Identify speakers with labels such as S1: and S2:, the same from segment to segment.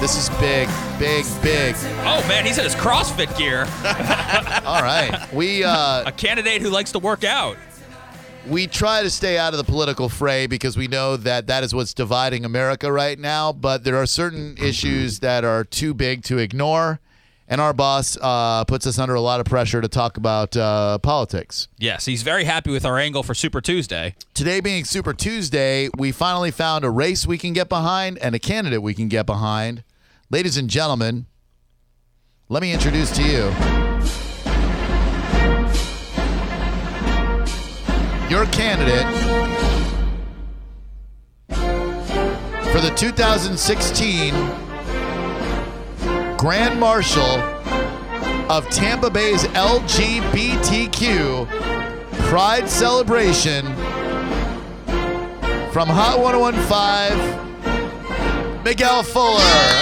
S1: This is big, big, big.
S2: Oh man, he's in his CrossFit gear.
S1: All right. We uh,
S2: A candidate who likes to work out.
S1: we try to stay out of the political fray because we know that that is what's dividing America right now, but there are certain issues that are too big to ignore. And our boss uh, puts us under a lot of pressure to talk about uh, politics.
S2: Yes, he's very happy with our angle for Super Tuesday.
S1: Today being Super Tuesday, we finally found a race we can get behind and a candidate we can get behind. Ladies and gentlemen, let me introduce to you your candidate for the 2016 Grand Marshal of Tampa Bay's LGBTQ Pride Celebration from Hot 1015, Miguel Fuller.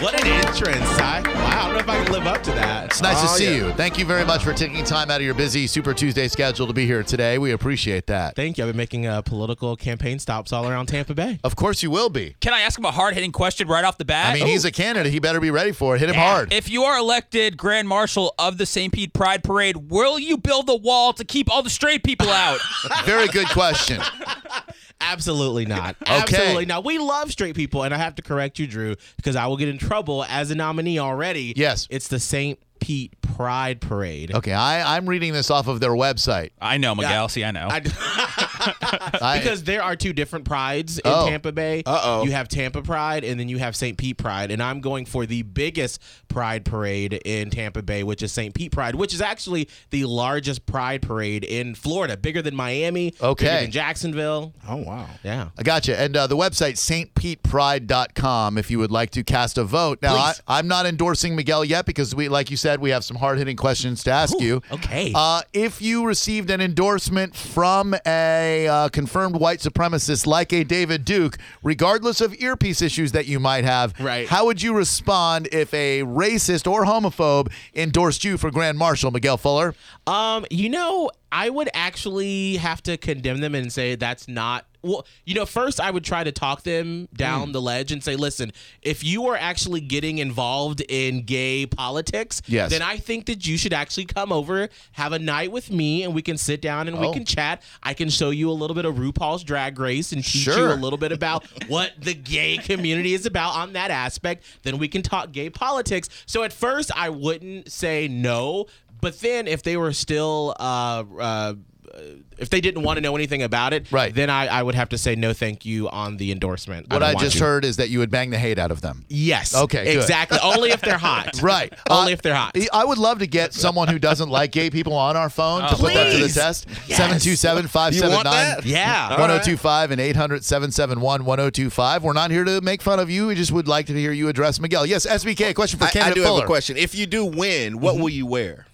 S3: What an entrance, Ty. Wow, I don't know if I can live up to that. Oh,
S1: It's nice to see you. Thank you very much for taking time out of your busy Super Tuesday schedule to be here today. We appreciate that.
S3: Thank you. I've been making uh, political campaign stops all around Tampa Bay.
S1: Of course, you will be.
S2: Can I ask him a hard hitting question right off the bat?
S1: I mean, he's a candidate. He better be ready for it. Hit him hard.
S2: If you are elected Grand Marshal of the St. Pete Pride Parade, will you build a wall to keep all the straight people out?
S1: Very good question.
S3: Absolutely not. Absolutely not. We love straight people, and I have to correct you, Drew, because I will get in trouble as a nominee already.
S1: Yes.
S3: It's the St. Pete Pride Parade.
S1: Okay, I, I'm reading this off of their website.
S2: I know, Miguel. See, I know.
S3: I-
S1: I-
S3: because there are two different prides in
S1: Oh.
S3: Tampa Bay. Uh oh. You have Tampa Pride and then you have St. Pete Pride. And I'm going for the biggest pride parade in Tampa Bay, which is St. Pete Pride, which is actually the largest pride parade in Florida, bigger than Miami,
S1: Okay.
S3: bigger than Jacksonville.
S4: Oh wow.
S3: Yeah.
S1: I gotcha. And uh, the website, stpetepride.com, if you would like to cast a vote. Now, I,
S3: Please.
S1: I'm not endorsing Miguel yet because, we, like you said, we have some hard hitting questions to ask you.
S3: Okay.
S1: Uh, if you received an endorsement from a uh, confirmed white supremacist like a David Duke, regardless of earpiece issues that you might have,
S3: Right.
S1: how would you respond if a racist or homophobe endorsed you for Grand Marshal, Miguel Fuller?
S3: Um, you know, I would actually have to condemn them and say that's not well, you know, first I would try to talk them
S1: Hmm.
S3: down the ledge and say, listen, if you are actually getting involved in gay politics,
S1: Yes.
S3: then I think that you should actually come over, have a night with me, and we can sit down and
S1: Oh.
S3: we can chat. I can show you a little bit of RuPaul's drag race and teach you
S1: Sure.
S3: a little bit about what the gay community is about on that aspect. Then we can talk gay politics. So at first I wouldn't say no, but then if they were still uh, uh, if they didn't want to know anything about it,
S1: Right.
S3: then I, I would have to say no thank you on the endorsement.
S1: What
S3: don't
S1: I,
S3: want
S1: just
S3: you.
S1: heard is that you would bang the hate out of them.
S3: Yes.
S1: Okay, good.
S3: Exactly. Only if they're hot.
S1: Right. Uh,
S3: Only if they're hot.
S1: I would love to get someone who doesn't like gay people on our phone to put that to the
S3: Please.
S1: test.
S3: Yes.
S1: 727 579
S4: that?
S3: Yeah.
S1: 1025 and 800 771 1025. We're not here to make fun of you. We just would like to hear you address Miguel. Yes, SBK, a question for
S4: I, I
S1: Candidate
S4: do
S1: Fuller. Mm-hmm.
S4: have a question. If you do win, what will you wear?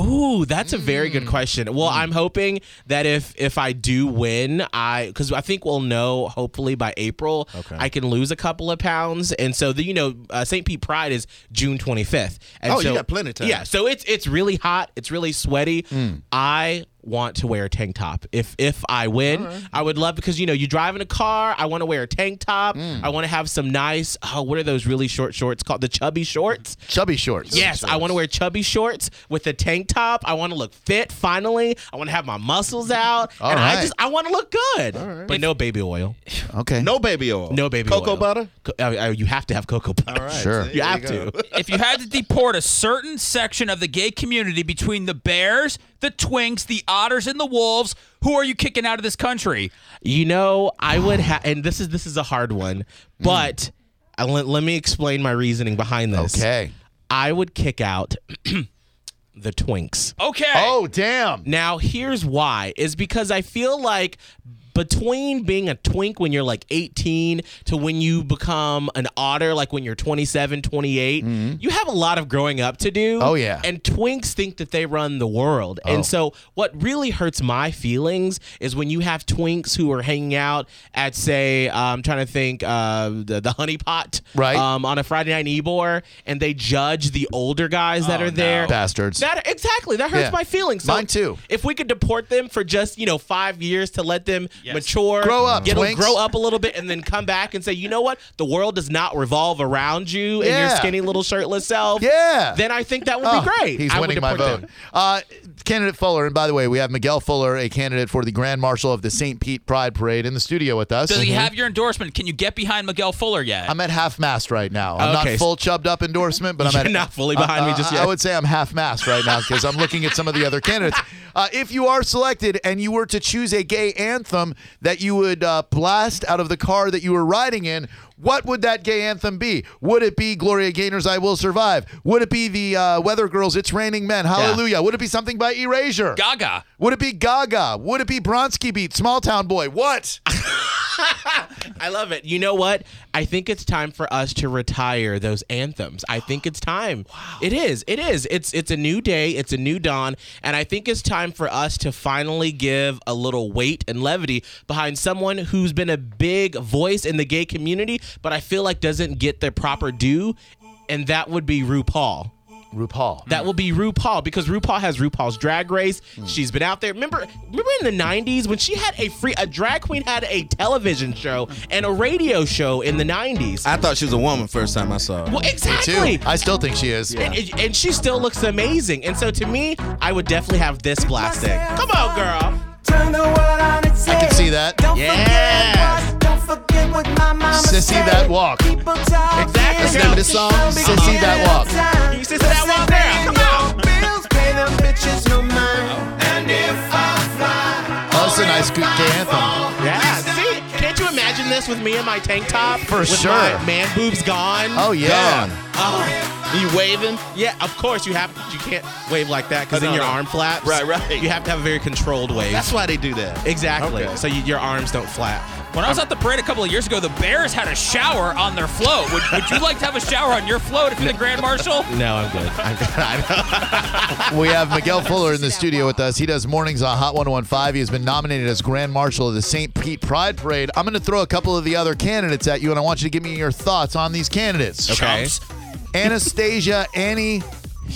S3: Ooh, that's a very
S4: Mm.
S3: good question. Well, I'm hoping that if if I do win, I because I think we'll know hopefully by April. Okay. I can lose a couple of pounds, and so the you know uh, St. Pete Pride is June 25th. And
S4: Oh, you
S3: so,
S4: got plenty of time. Mm.
S3: Yeah, so it's it's really hot. It's really sweaty. I want to wear a tank top if if I win. I would love because you know you drive in a car. I want to wear a tank top.
S4: Mm.
S3: I want to have some nice. Oh, what are those really short shorts called? The chubby shorts.
S1: Chubby shorts.
S3: Yes, I want to wear chubby shorts with a tank top. I want to look fit finally. I want to have my muscles out,
S1: All
S3: and
S1: right.
S3: I just I want to look good. But no baby oil.
S1: Okay.
S4: No baby oil.
S3: No baby
S4: Cocoa
S3: oil.
S4: butter.
S3: Co- I- I- you have to have cocoa butter.
S1: Sure.
S4: There
S3: You have
S4: go.
S3: to.
S2: if you had to deport a certain section of the gay community between the bears, the twinks, the otters, and the wolves, who are you kicking out of this country?
S3: You know, I would have, and this is this is a hard one, but I- let, let me explain my reasoning behind this.
S1: Okay.
S3: I would kick out the twinks.
S2: Okay.
S1: Oh, damn.
S3: Now, here's why is because I feel like between being a twink when you're like 18 to when you become an otter like when you're 27 28 you have a lot of growing up to do
S1: Mm-hmm. Oh, yeah. Oh.
S3: and twinks think that they run the world and so what really hurts my feelings is when you have twinks who are hanging out at say uh, i'm trying to think uh, the, the honey pot
S1: Right.
S3: um, on a friday night in ebor and they judge the older guys that
S2: Oh,
S3: are there
S2: no.
S1: Bastards.
S3: that exactly that hurts
S1: Yeah.
S3: my feelings. So
S1: Mine too.
S3: If we could deport them for just you know five years to let them
S2: Yes.
S3: mature,
S1: Grow up,
S3: get
S1: twinks.
S3: grow up a little bit, and then come back and say, you know what? The world does not revolve around you and your
S1: Yeah.
S3: skinny little shirtless self.
S1: Yeah.
S3: Then I think that would be
S1: Oh,
S3: great.
S1: He's
S3: I would
S1: winning my
S3: deport them.
S1: vote. Uh, candidate Fuller, and by the way, we have Miguel Fuller, a candidate for the Grand Marshal of the St. Pete Pride Parade, in the studio with us.
S2: Does he have your endorsement? Can you get behind Miguel Fuller yet?
S1: Mm-hmm. I'm at half mast right now. I'm
S3: Okay.
S1: not full chubbed up endorsement, but I'm
S3: You're
S1: at Uh,
S3: not fully behind me just
S1: I- I
S3: yet.
S1: would say I'm half mast right now because I'm looking at some of the other candidates. Uh, if you are selected and you were to choose a gay anthem that you would uh, blast out of the car that you were riding in, what would that gay anthem be? Would it be Gloria Gaynor's "I Will Survive"? Would it be the uh, Weather Girls' "It's Raining Men"? Hallelujah! Would it be something by Erasure?
S2: Gaga.
S1: would it be Gaga? Would it be Bronski Beat, Small Town Boy? What?
S3: I love it. You know what? I think it's time for us to retire those anthems. I think it's time. Wow. It is. It is. It's it's a new day, it's a new dawn, and I think it's time for us to finally give a little weight and levity behind someone who's been a big voice in the gay community, but I feel like doesn't get the proper due, and that would be RuPaul.
S1: RuPaul.
S3: That will be RuPaul because RuPaul has RuPaul's Drag Race. She's been out there. Remember, remember in the '90s when she had a free a drag queen had a television show and a radio show in the '90s.
S4: I thought she was a woman first time I saw her.
S3: well,
S1: Too.
S3: exactly.
S1: I still think she is.
S3: And, and she still looks amazing. And so to me, I would definitely have this blasting. Come on, girl.
S5: Turn the world on its head. I
S1: can see that.
S5: Don't
S3: Yes.
S5: forget what, don't forget what my mama
S1: Sissy
S5: said.
S1: that walk.
S5: People talk.
S3: Exactly. That's the
S1: name of this song, Sissy that walk.
S3: You sissy that walk there. Come on.
S5: Bills pay them bitches no mind. And if I fly,
S1: Oh, it's a nice good gay anthem.
S3: Yeah. See, can't you imagine this with me in my tank top?
S1: For
S3: with
S1: sure.
S3: My man boobs gone.
S1: Oh yeah.
S4: Gone.
S3: You waving? Yeah, of course you have. You can't wave like that because
S4: Oh,
S3: then
S4: no,
S3: your
S4: no.
S3: arm flaps.
S4: Right, right.
S3: You have to have a very controlled wave.
S4: That's why they do that.
S3: exactly.
S4: Okay.
S3: So you, your arms don't flap.
S2: When I was at the parade a couple of years ago, the Bears had a shower on their float. Would, would you like to have a shower on your float if you're the Grand Marshal?
S3: No, I'm good. I'm good. I know.
S1: We have Miguel Fuller in the studio with us. He does mornings on Hot 115. He has been nominated as Grand Marshal of the St. Pete Pride Parade. I'm going to throw a couple of the other candidates at you, and I want you to give me your thoughts on these candidates.
S2: Chumps.
S1: Anastasia Annie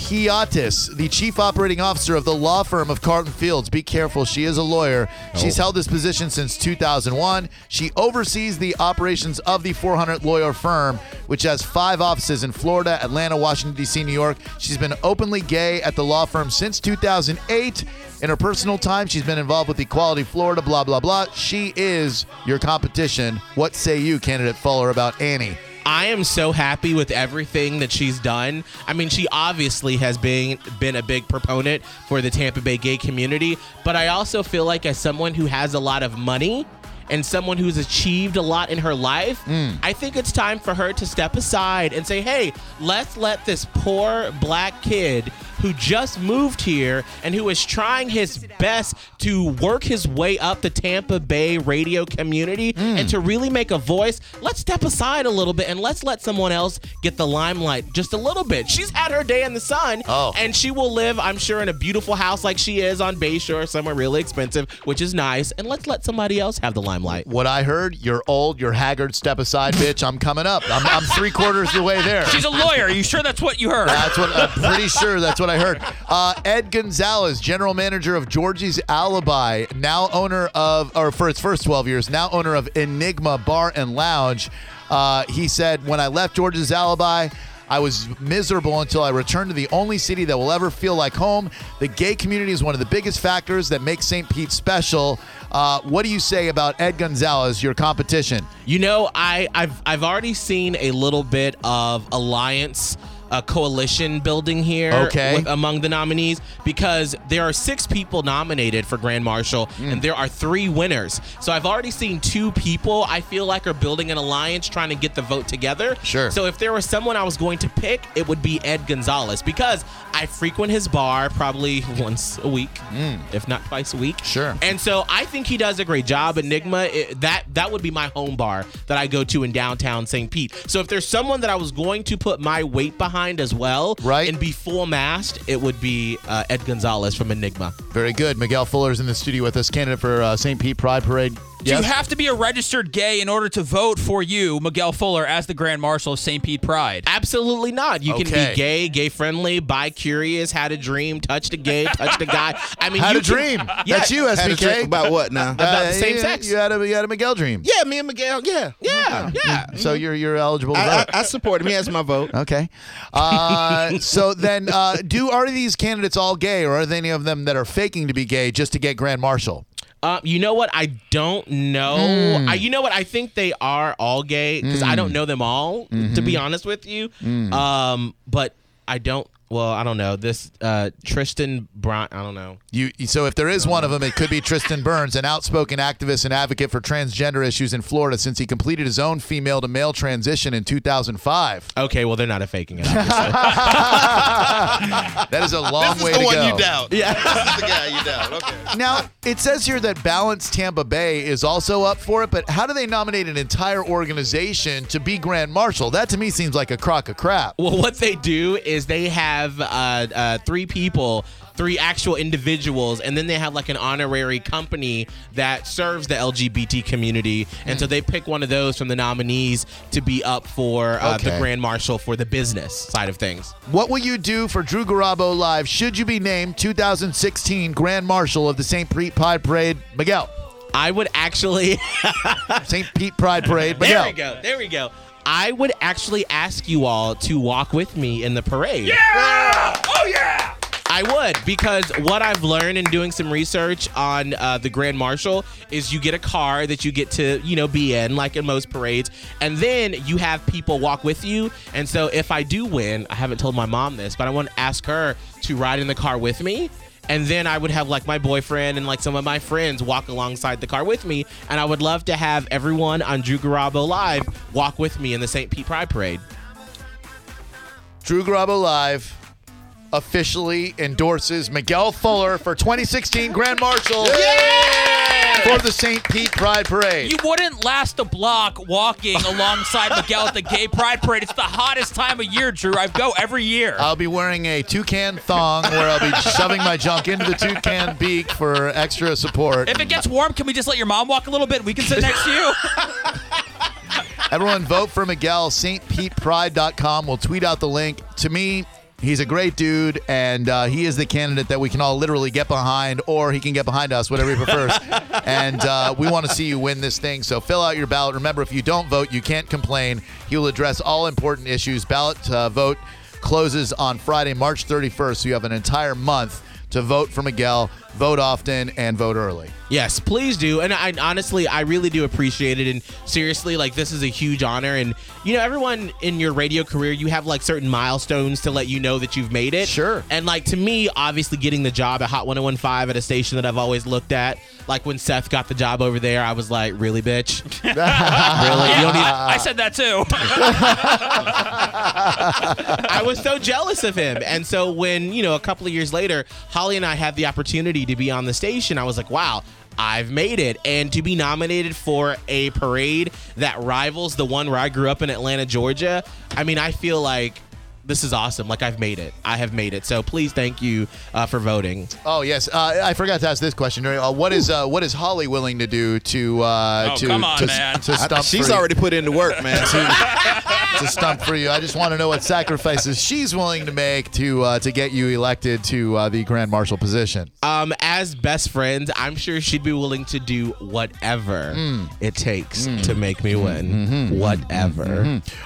S1: Hiatis, the chief operating officer of the law firm of Carlton Fields. Be careful, she is a lawyer. She's held this position since 2001. She oversees the operations of the 400 lawyer firm, which has five offices in Florida, Atlanta, Washington, D.C., New York. She's been openly gay at the law firm since 2008. In her personal time, she's been involved with Equality Florida, blah, blah, blah. She is your competition. What say you, candidate Fuller, about Annie?
S3: I am so happy with everything that she's done. I mean, she obviously has been been a big proponent for the Tampa Bay gay community, but I also feel like as someone who has a lot of money and someone who's achieved a lot in her life, I think it's time for her to step aside and say, "Hey, let's let this poor black kid who just moved here and who is trying his best to work his way up the Tampa Bay radio community and to really make a voice, let's step aside a little bit and let's let someone else get the limelight just a little bit. She's had her day in the sun
S1: Oh.
S3: and she will live, I'm sure, in a beautiful house like she is on Bayshore, somewhere really expensive, which is nice. And let's let somebody else have the limelight.
S1: What I heard, you're old, you're haggard, step aside, bitch. I'm coming up. I'm, I'm three quarters of the way there.
S2: She's a lawyer. Are you sure that's what you heard?
S3: Uh,
S1: That's what I'm pretty sure that's what I heard. Uh, Ed Gonzalez, general manager of Georgie's Alibi, now owner of, or for its first 12 years, now owner of Enigma Bar and Lounge. Uh, he said, When I left Georgie's Alibi, I was miserable until I returned to the only city that will ever feel like home. The gay community is one of the biggest factors that makes St. Pete special. Uh, what do you say about Ed Gonzalez, your competition?
S3: You know, I, I've I've already seen a little bit of alliance. uh coalition building here
S1: Okay.
S3: with, among the nominees because there are six people nominated for Grand Marshal
S1: Mm.
S3: and there are three winners. So I've already seen two people I feel like are building an alliance trying to get the vote together.
S1: Sure.
S3: So if there was someone I was going to pick, it would be Ed Gonzalez because I frequent his bar probably once a week, if not twice a week.
S1: Mm. Sure.
S3: And so I think he does a great job. Enigma, it, that that would be my home bar that I go to in downtown St. Pete. So if there's someone that I was going to put my weight behind as well,
S1: Right.
S3: and be full mast, it would be uh, Ed Gonzalez from Enigma.
S1: Very good. Miguel Fuller's in the studio with us, candidate for uh, St. Pete Pride Parade.
S2: Do
S1: Yes.
S2: you have to be a registered gay in order to vote for you, Miguel Fuller, as the Grand Marshal of St. Pete Pride?
S3: Absolutely not. You can
S1: Okay.
S3: be gay, gay friendly, bi curious, had a dream, touched a gay, touched a guy. I mean,
S1: Had
S3: you
S1: a
S3: can-
S1: dream. That's you,
S4: Had a
S1: SBK.
S4: drink about what now?
S1: Uh,
S3: about the same
S1: you-
S3: sex.
S1: You had a you had a Miguel dream. Mm,
S4: yeah, me and Miguel. Yeah,
S3: Yeah, yeah.
S1: So you're you're eligible to
S4: I,
S1: vote.
S4: I, I support him. He has my vote.
S1: Okay. Uh, so then, uh, do are these candidates all gay, or are there any of them that are faking to be gay just to get grand marshal?
S3: Um, you know what? I don't know. I, you know what? I think they are all gay because I don't know them all, to be honest with you. Um, but I don't. Well, I don't know this uh, Tristan Bron. I don't know.
S1: You so if there is one of them, it could be Tristan Burns, an outspoken activist and advocate for transgender issues in Florida since he completed his own female to male transition in 2005.
S3: Okay, well they're not a faking it. obviously.
S1: That is a long way to go.
S4: Yeah, this is the guy you doubt. Okay.
S1: Now it says here that Balance Tampa Bay is also up for it, but how do they nominate an entire organization to be grand marshal? That to me seems like a crock of crap.
S3: well, what they do is they have uh, uh, three people, three actual individuals, and then they have like an honorary company that serves the LGBT community, and so they pick one of those from the nominees to be up for uh,
S1: Okay.
S3: the grand marshal for the business side of things.
S1: What will you do for Drew Garabo Live should you be named 2016 Grand Marshal of the St. Pete Pride Parade, Miguel?
S3: I would actually.
S1: St. Pete Pride Parade,
S3: there
S1: Miguel.
S3: we go. There we go. I would actually ask you all to walk with me in the parade. Yeah! Oh, yeah! I would because what I've learned in doing some research on uh, the Grand Marshal is you get a car that you get to, you know, be in, like in most parades, and then you have people walk with you. And so if I do win, I haven't told my mom this, but I want to ask her to ride in the car with me. And then I would have like my boyfriend and like some of my friends walk alongside the car with me. And I would love to have everyone on Drew Garabo Live walk with me in the St. Pete Pride Parade.
S1: Drew Garabo Live officially endorses Miguel Fuller for 2016 Grand Marshal for the St. Pete Pride Parade.
S2: You wouldn't last a block walking alongside Miguel at the Gay Pride Parade. It's the hottest time of year, Drew. I go every year.
S3: Uh,
S1: I'll be wearing a toucan thong where I'll be shoving my junk into the toucan beak for extra support.
S2: if it gets warm, can we just let your mom walk a little bit? We can sit next to you.
S1: Everyone vote for Miguel. StPetePride.com. We'll tweet out the link. To me, he's a great dude, and uh, he is the candidate that we can all literally get behind, or he can get behind us, whatever he prefers. and uh, we want to see you win this thing. So fill out your ballot. Remember, if you don't vote, you can't complain. He will address all important issues. Ballot uh, vote closes on Friday, March 31st. So you have an entire month to vote for Miguel. Vote often and vote early.
S3: Yes, please do. And I honestly, I really do appreciate it. And seriously, like this is a huge honor. And you know, everyone in your radio career, you have like certain milestones to let you know that you've made it.
S1: Sure.
S3: And like to me, obviously getting the job at Hot 1015 at a station that I've always looked at, like when Seth got the job over there, I was like, really, bitch? really? You don't uh, even-
S2: I said that too.
S3: I was so jealous of him. And so when, you know, a couple of years later, Holly and I had the opportunity to be on the station, I was like, wow. I've made it. And to be nominated for a parade that rivals the one where I grew up in Atlanta, Georgia, I mean, I feel like this is awesome. Like, I've made it. I have made it. So please thank you uh, for voting.
S1: Oh yes, uh, I forgot to ask this question. Uh, what is uh, what is Holly willing to do to uh,
S2: Oh,
S1: to,
S2: come on,
S1: to,
S2: man.
S1: to stump?
S4: She's
S1: for you-
S4: already put in the work, man.
S1: to stump for you. I just want to know what sacrifices she's willing to make to uh, to get you elected to uh, the grand marshal position.
S3: Um, as best friends, I'm sure she'd be willing to do whatever it takes to make me win. Whatever.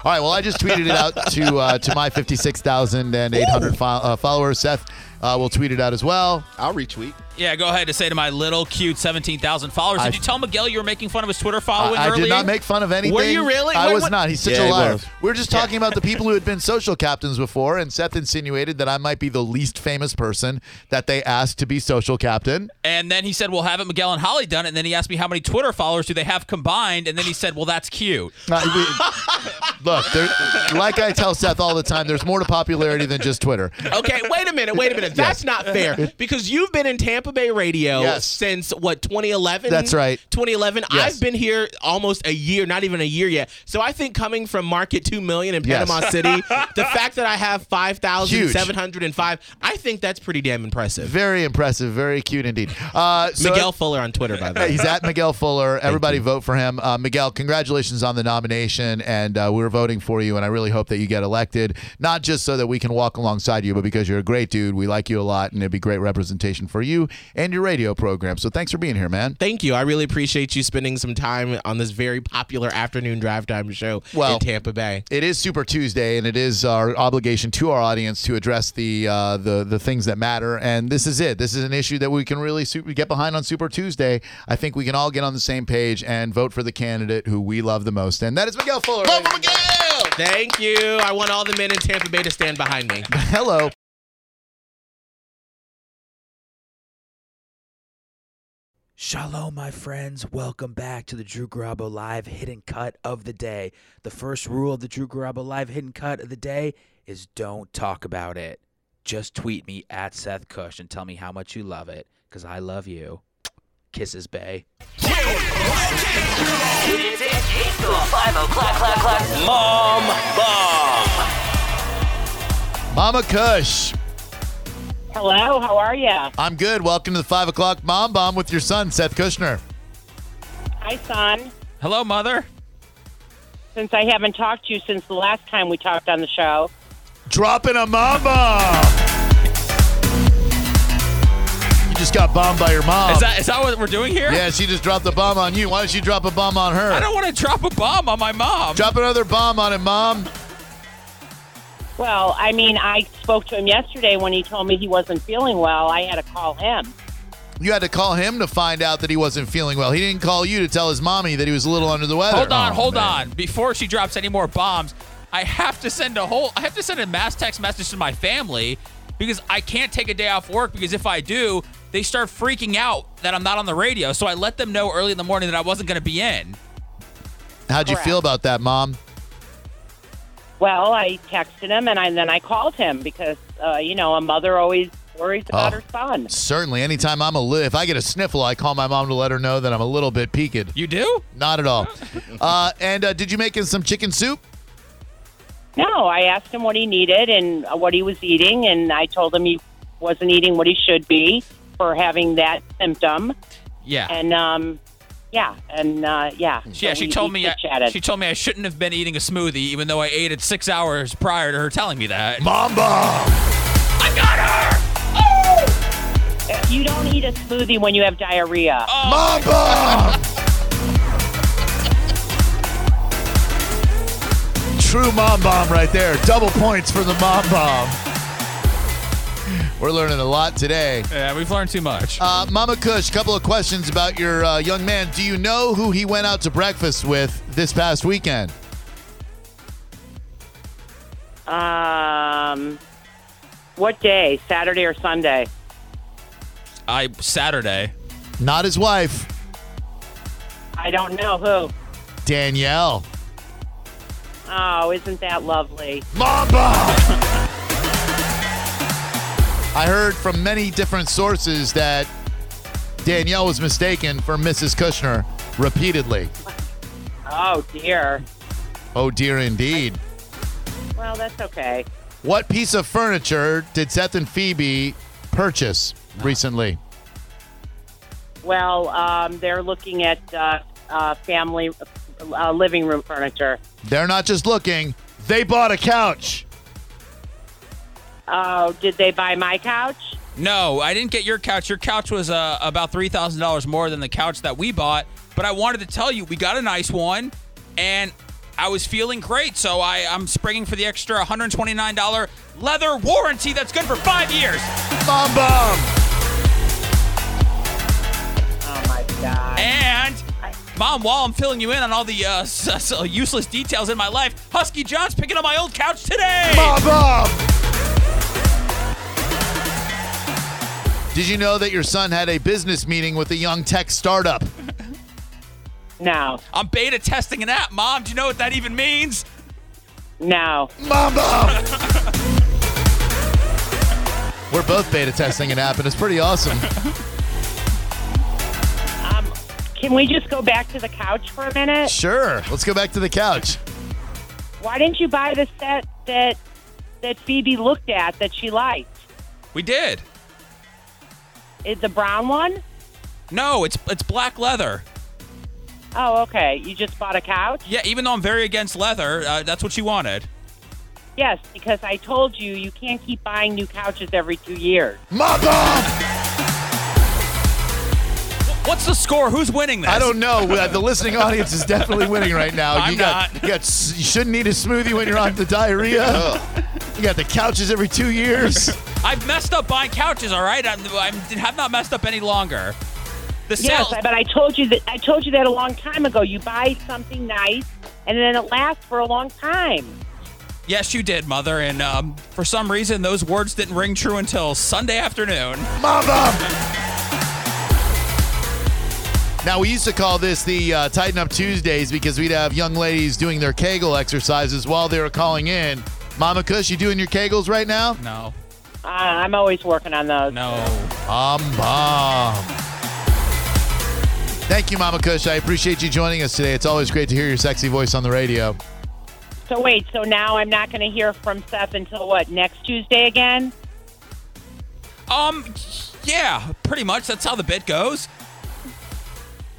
S1: All right. Well, I just tweeted it out to uh, to my fifty six thousand and eight hundred fo- uh, followers. Seth uh, will tweet it out as well.
S4: I'll retweet.
S2: yeah, go ahead and say to my little cute 17,000 followers. Did you tell Miguel you were making fun of his Twitter following
S1: I, I
S2: earlier?
S1: did not make fun of anything.
S3: you really?
S1: I
S3: What-
S1: was
S3: what-
S1: not. He's such
S4: Yeah,
S1: a
S4: he
S1: liar.
S4: was.
S1: We were just talking about the people who had been social captains before, and Seth insinuated that I might be the least famous person that they asked to be social captain.
S2: and then he said, "Well, haven't Miguel and Holly done it?" And then he asked me, "How many Twitter followers do they have combined?" And then he said, "Well, that's cute."
S1: Uh, we- Look, there, like I tell Seth all the time, there's more to popularity than just Twitter.
S3: Okay, wait a minute, wait a minute. That's not fair because you've been in Tampa Bay radio
S1: Yes.
S3: since what 2011.
S1: That's right.
S3: 2011.
S1: Yes.
S3: I've been here almost a year, not even a year yet. So I think coming from Market Two Million in
S1: Yes.
S3: Panama City, the fact that I have five thousand
S1: Huge.
S3: seven hundred and five, I think that's pretty damn impressive.
S1: Very impressive, very cute indeed. Uh, so
S3: Miguel Fuller on Twitter, by the way.
S1: He's at Miguel Fuller. Everybody vote for him. Uh, Miguel, congratulations on the nomination, and uh, we're voting for you. And I really hope that you get elected, not just so that we can walk alongside you, but because you're a great dude. We like you a lot, and it'd be great representation for you and your radio program. So thanks for being here, man.
S3: Thank you. I really appreciate you spending some time on this very popular afternoon drive time show
S1: Well,
S3: in Tampa Bay.
S1: It is Super Tuesday, and it is our obligation to our audience to address the uh, the the things that matter. And this is it. This is an issue that we can really super, get behind on Super Tuesday. I think we can all get on the same page and vote for the candidate who we love the most, and that is Miguel Fuller. oh.
S3: Thank you. I want all the men in Tampa Bay to stand behind me.
S1: Hello.
S6: Shalom, my friends. Welcome back to the Drew Garabo Live Hidden Cut of the Day. The first rule of the Drew Garabo Live Hidden Cut of the Day is don't talk about it. Just tweet me at Seth Cush and tell me how much you love it, because I love you. Kisses, Bay.
S7: It's to a 5 o'clock, clock, clock. Mom Bomb.
S1: Mama Kush,
S8: Hello, how are ya?
S1: I'm good. Welcome to the five o'clock mom bomb with your son Seth Kushner.
S8: Hi, son.
S2: Hello, mother.
S8: Since I haven't talked to you since the last time we talked on the show,
S1: Dropping a mom bomb. You just got bombed by your mom.
S2: Is that is that what we're doing here?
S1: yeah, she just dropped the bomb on you. Why don't you drop a bomb on her?
S2: I don't want to drop a bomb on my mom.
S1: Drop another bomb on it, mom.
S8: well, I mean, I spoke to him yesterday when he told me he wasn't feeling well. I had to call him.
S1: You had to call him to find out that he wasn't feeling well. He didn't call you to tell his mommy that he was a little under the weather.
S2: Hold on,
S1: Oh,
S2: hold
S1: man.
S2: on. Before she drops any more bombs, I have to send a whole I have to send a mass text message to my family because I can't take a day off work because if I do, they start freaking out that I'm not on the radio. So I let them know early in the morning that I wasn't going to be in.
S1: How'd you feel about that, mom?
S8: Well, I texted him and I, then I called him because, uh, you know, a mother always worries
S2: Oh.
S8: about her son.
S1: Certainly. Anytime I'm a li- if I get a sniffle, I call my mom to let her know that I'm a little bit peaked.
S2: You do?
S1: Not at all. Uh, and uh, did you make him some chicken soup?
S8: No, I asked him what he needed and what he was eating, and I told him he wasn't eating what he should be for having that symptom.
S2: Yeah.
S8: And, um, yeah, and uh, yeah.
S2: yeah, she told me I,
S8: chatted.
S2: she told me I shouldn't have been eating a smoothie even though I ate it 6 hours prior to her telling me that.
S1: Mom bomb.
S2: I got her.
S8: You don't eat a smoothie when you have diarrhea.
S1: Mom bomb. True mom bomb right there. Double points for the mom bomb. We're learning a lot today.
S2: Yeah, we've learned too much.
S1: Uh, Mama Kush, couple of questions about your uh, young man. Do you know who he went out to breakfast with this past weekend?
S8: Um, what day? Saturday or Sunday?
S2: I Saturday.
S1: Not his wife,
S8: I don't know who.
S1: Danielle.
S8: Oh, isn't that lovely?
S1: Mamba! I heard from many different sources that Danielle was mistaken for Mrs. Kushner repeatedly.
S8: Oh dear.
S1: Oh dear, indeed.
S8: Well, that's okay.
S1: What piece of furniture did Seth and Phoebe purchase recently?
S8: Well, um, they're looking at uh, uh, family uh, living room furniture.
S1: They're not just looking, they bought a couch.
S8: Oh, did they buy my couch?
S2: No, I didn't get your couch. Your couch was uh, about three thousand dollars more than the couch that we bought. But I wanted to tell you, we got a nice one, and I was feeling great, so I, I'm springing for the extra one hundred twenty nine dollar leather warranty that's good for five years.
S1: Mom bomb!
S8: Oh my God.
S2: And mom, while I'm filling you in on all the uh, s- s- useless details in my life, Husky John's picking up my old couch today.
S1: Did you know that your son had a business meeting with a young tech startup?
S8: No.
S2: I'm beta testing an app, mom. Do you know what that even means?
S8: No.
S1: Mamba! We're both beta testing an app, and it's pretty awesome.
S8: Can we just go back to the couch for a minute?
S1: Sure. Let's go back to the couch.
S8: Why didn't you buy the set that that Phoebe looked at that she liked?
S2: We did.
S8: Is the brown one?
S2: No, it's it's black leather.
S8: Oh, okay. You just bought a couch?
S2: Yeah, even though I'm very against leather, uh, that's what she wanted.
S8: Yes, because I told you you can't keep buying new couches every two years.
S1: Mamba!
S2: What's the score? Who's winning this?
S1: I don't know. Uh, The listening audience is definitely winning right now.
S2: I'm
S1: you got,
S2: not.
S1: You, got, s- you shouldn't eat a smoothie when you're on the diarrhea. You got the couches every two years.
S2: I've messed up buying couches. All right, I'm, I'm have not messed up any longer. The
S8: Yes,
S2: sale.
S8: but I told you that I told you that a long time ago. You buy something nice and then it lasts for a long time.
S2: yes, you did, mother. And um, for some reason, those words didn't ring true until Sunday afternoon.
S1: Mamba! Now, we used to call this the uh, Tighten Up Tuesdays because we'd have young ladies doing their Kegel exercises while they were calling in. Mama Kush, you doing your Kegels right now?
S2: No,
S8: Uh, I'm always working on those.
S2: no.
S1: Um, bomb. Thank you, Mama Kush. I appreciate you joining us today. It's always great to hear your sexy voice on the radio.
S8: So wait, so now I'm not going to hear from Seth until what next Tuesday again?
S2: Um, yeah, pretty much. That's how the bit goes.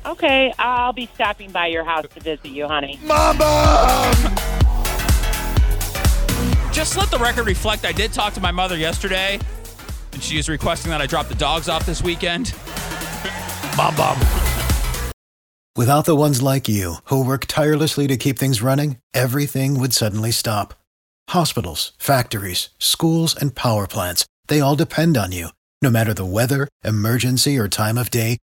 S8: Okay, I'll be stopping by your house to visit you, honey.
S1: Mamba!
S2: Just let the record reflect. I did talk to my mother yesterday, and she is requesting that I drop the dogs off this weekend.
S9: Without the ones like you, who work tirelessly to keep things running, everything would suddenly stop. Hospitals, factories, schools, and power plants, they all depend on you. No matter the weather, emergency, or time of day,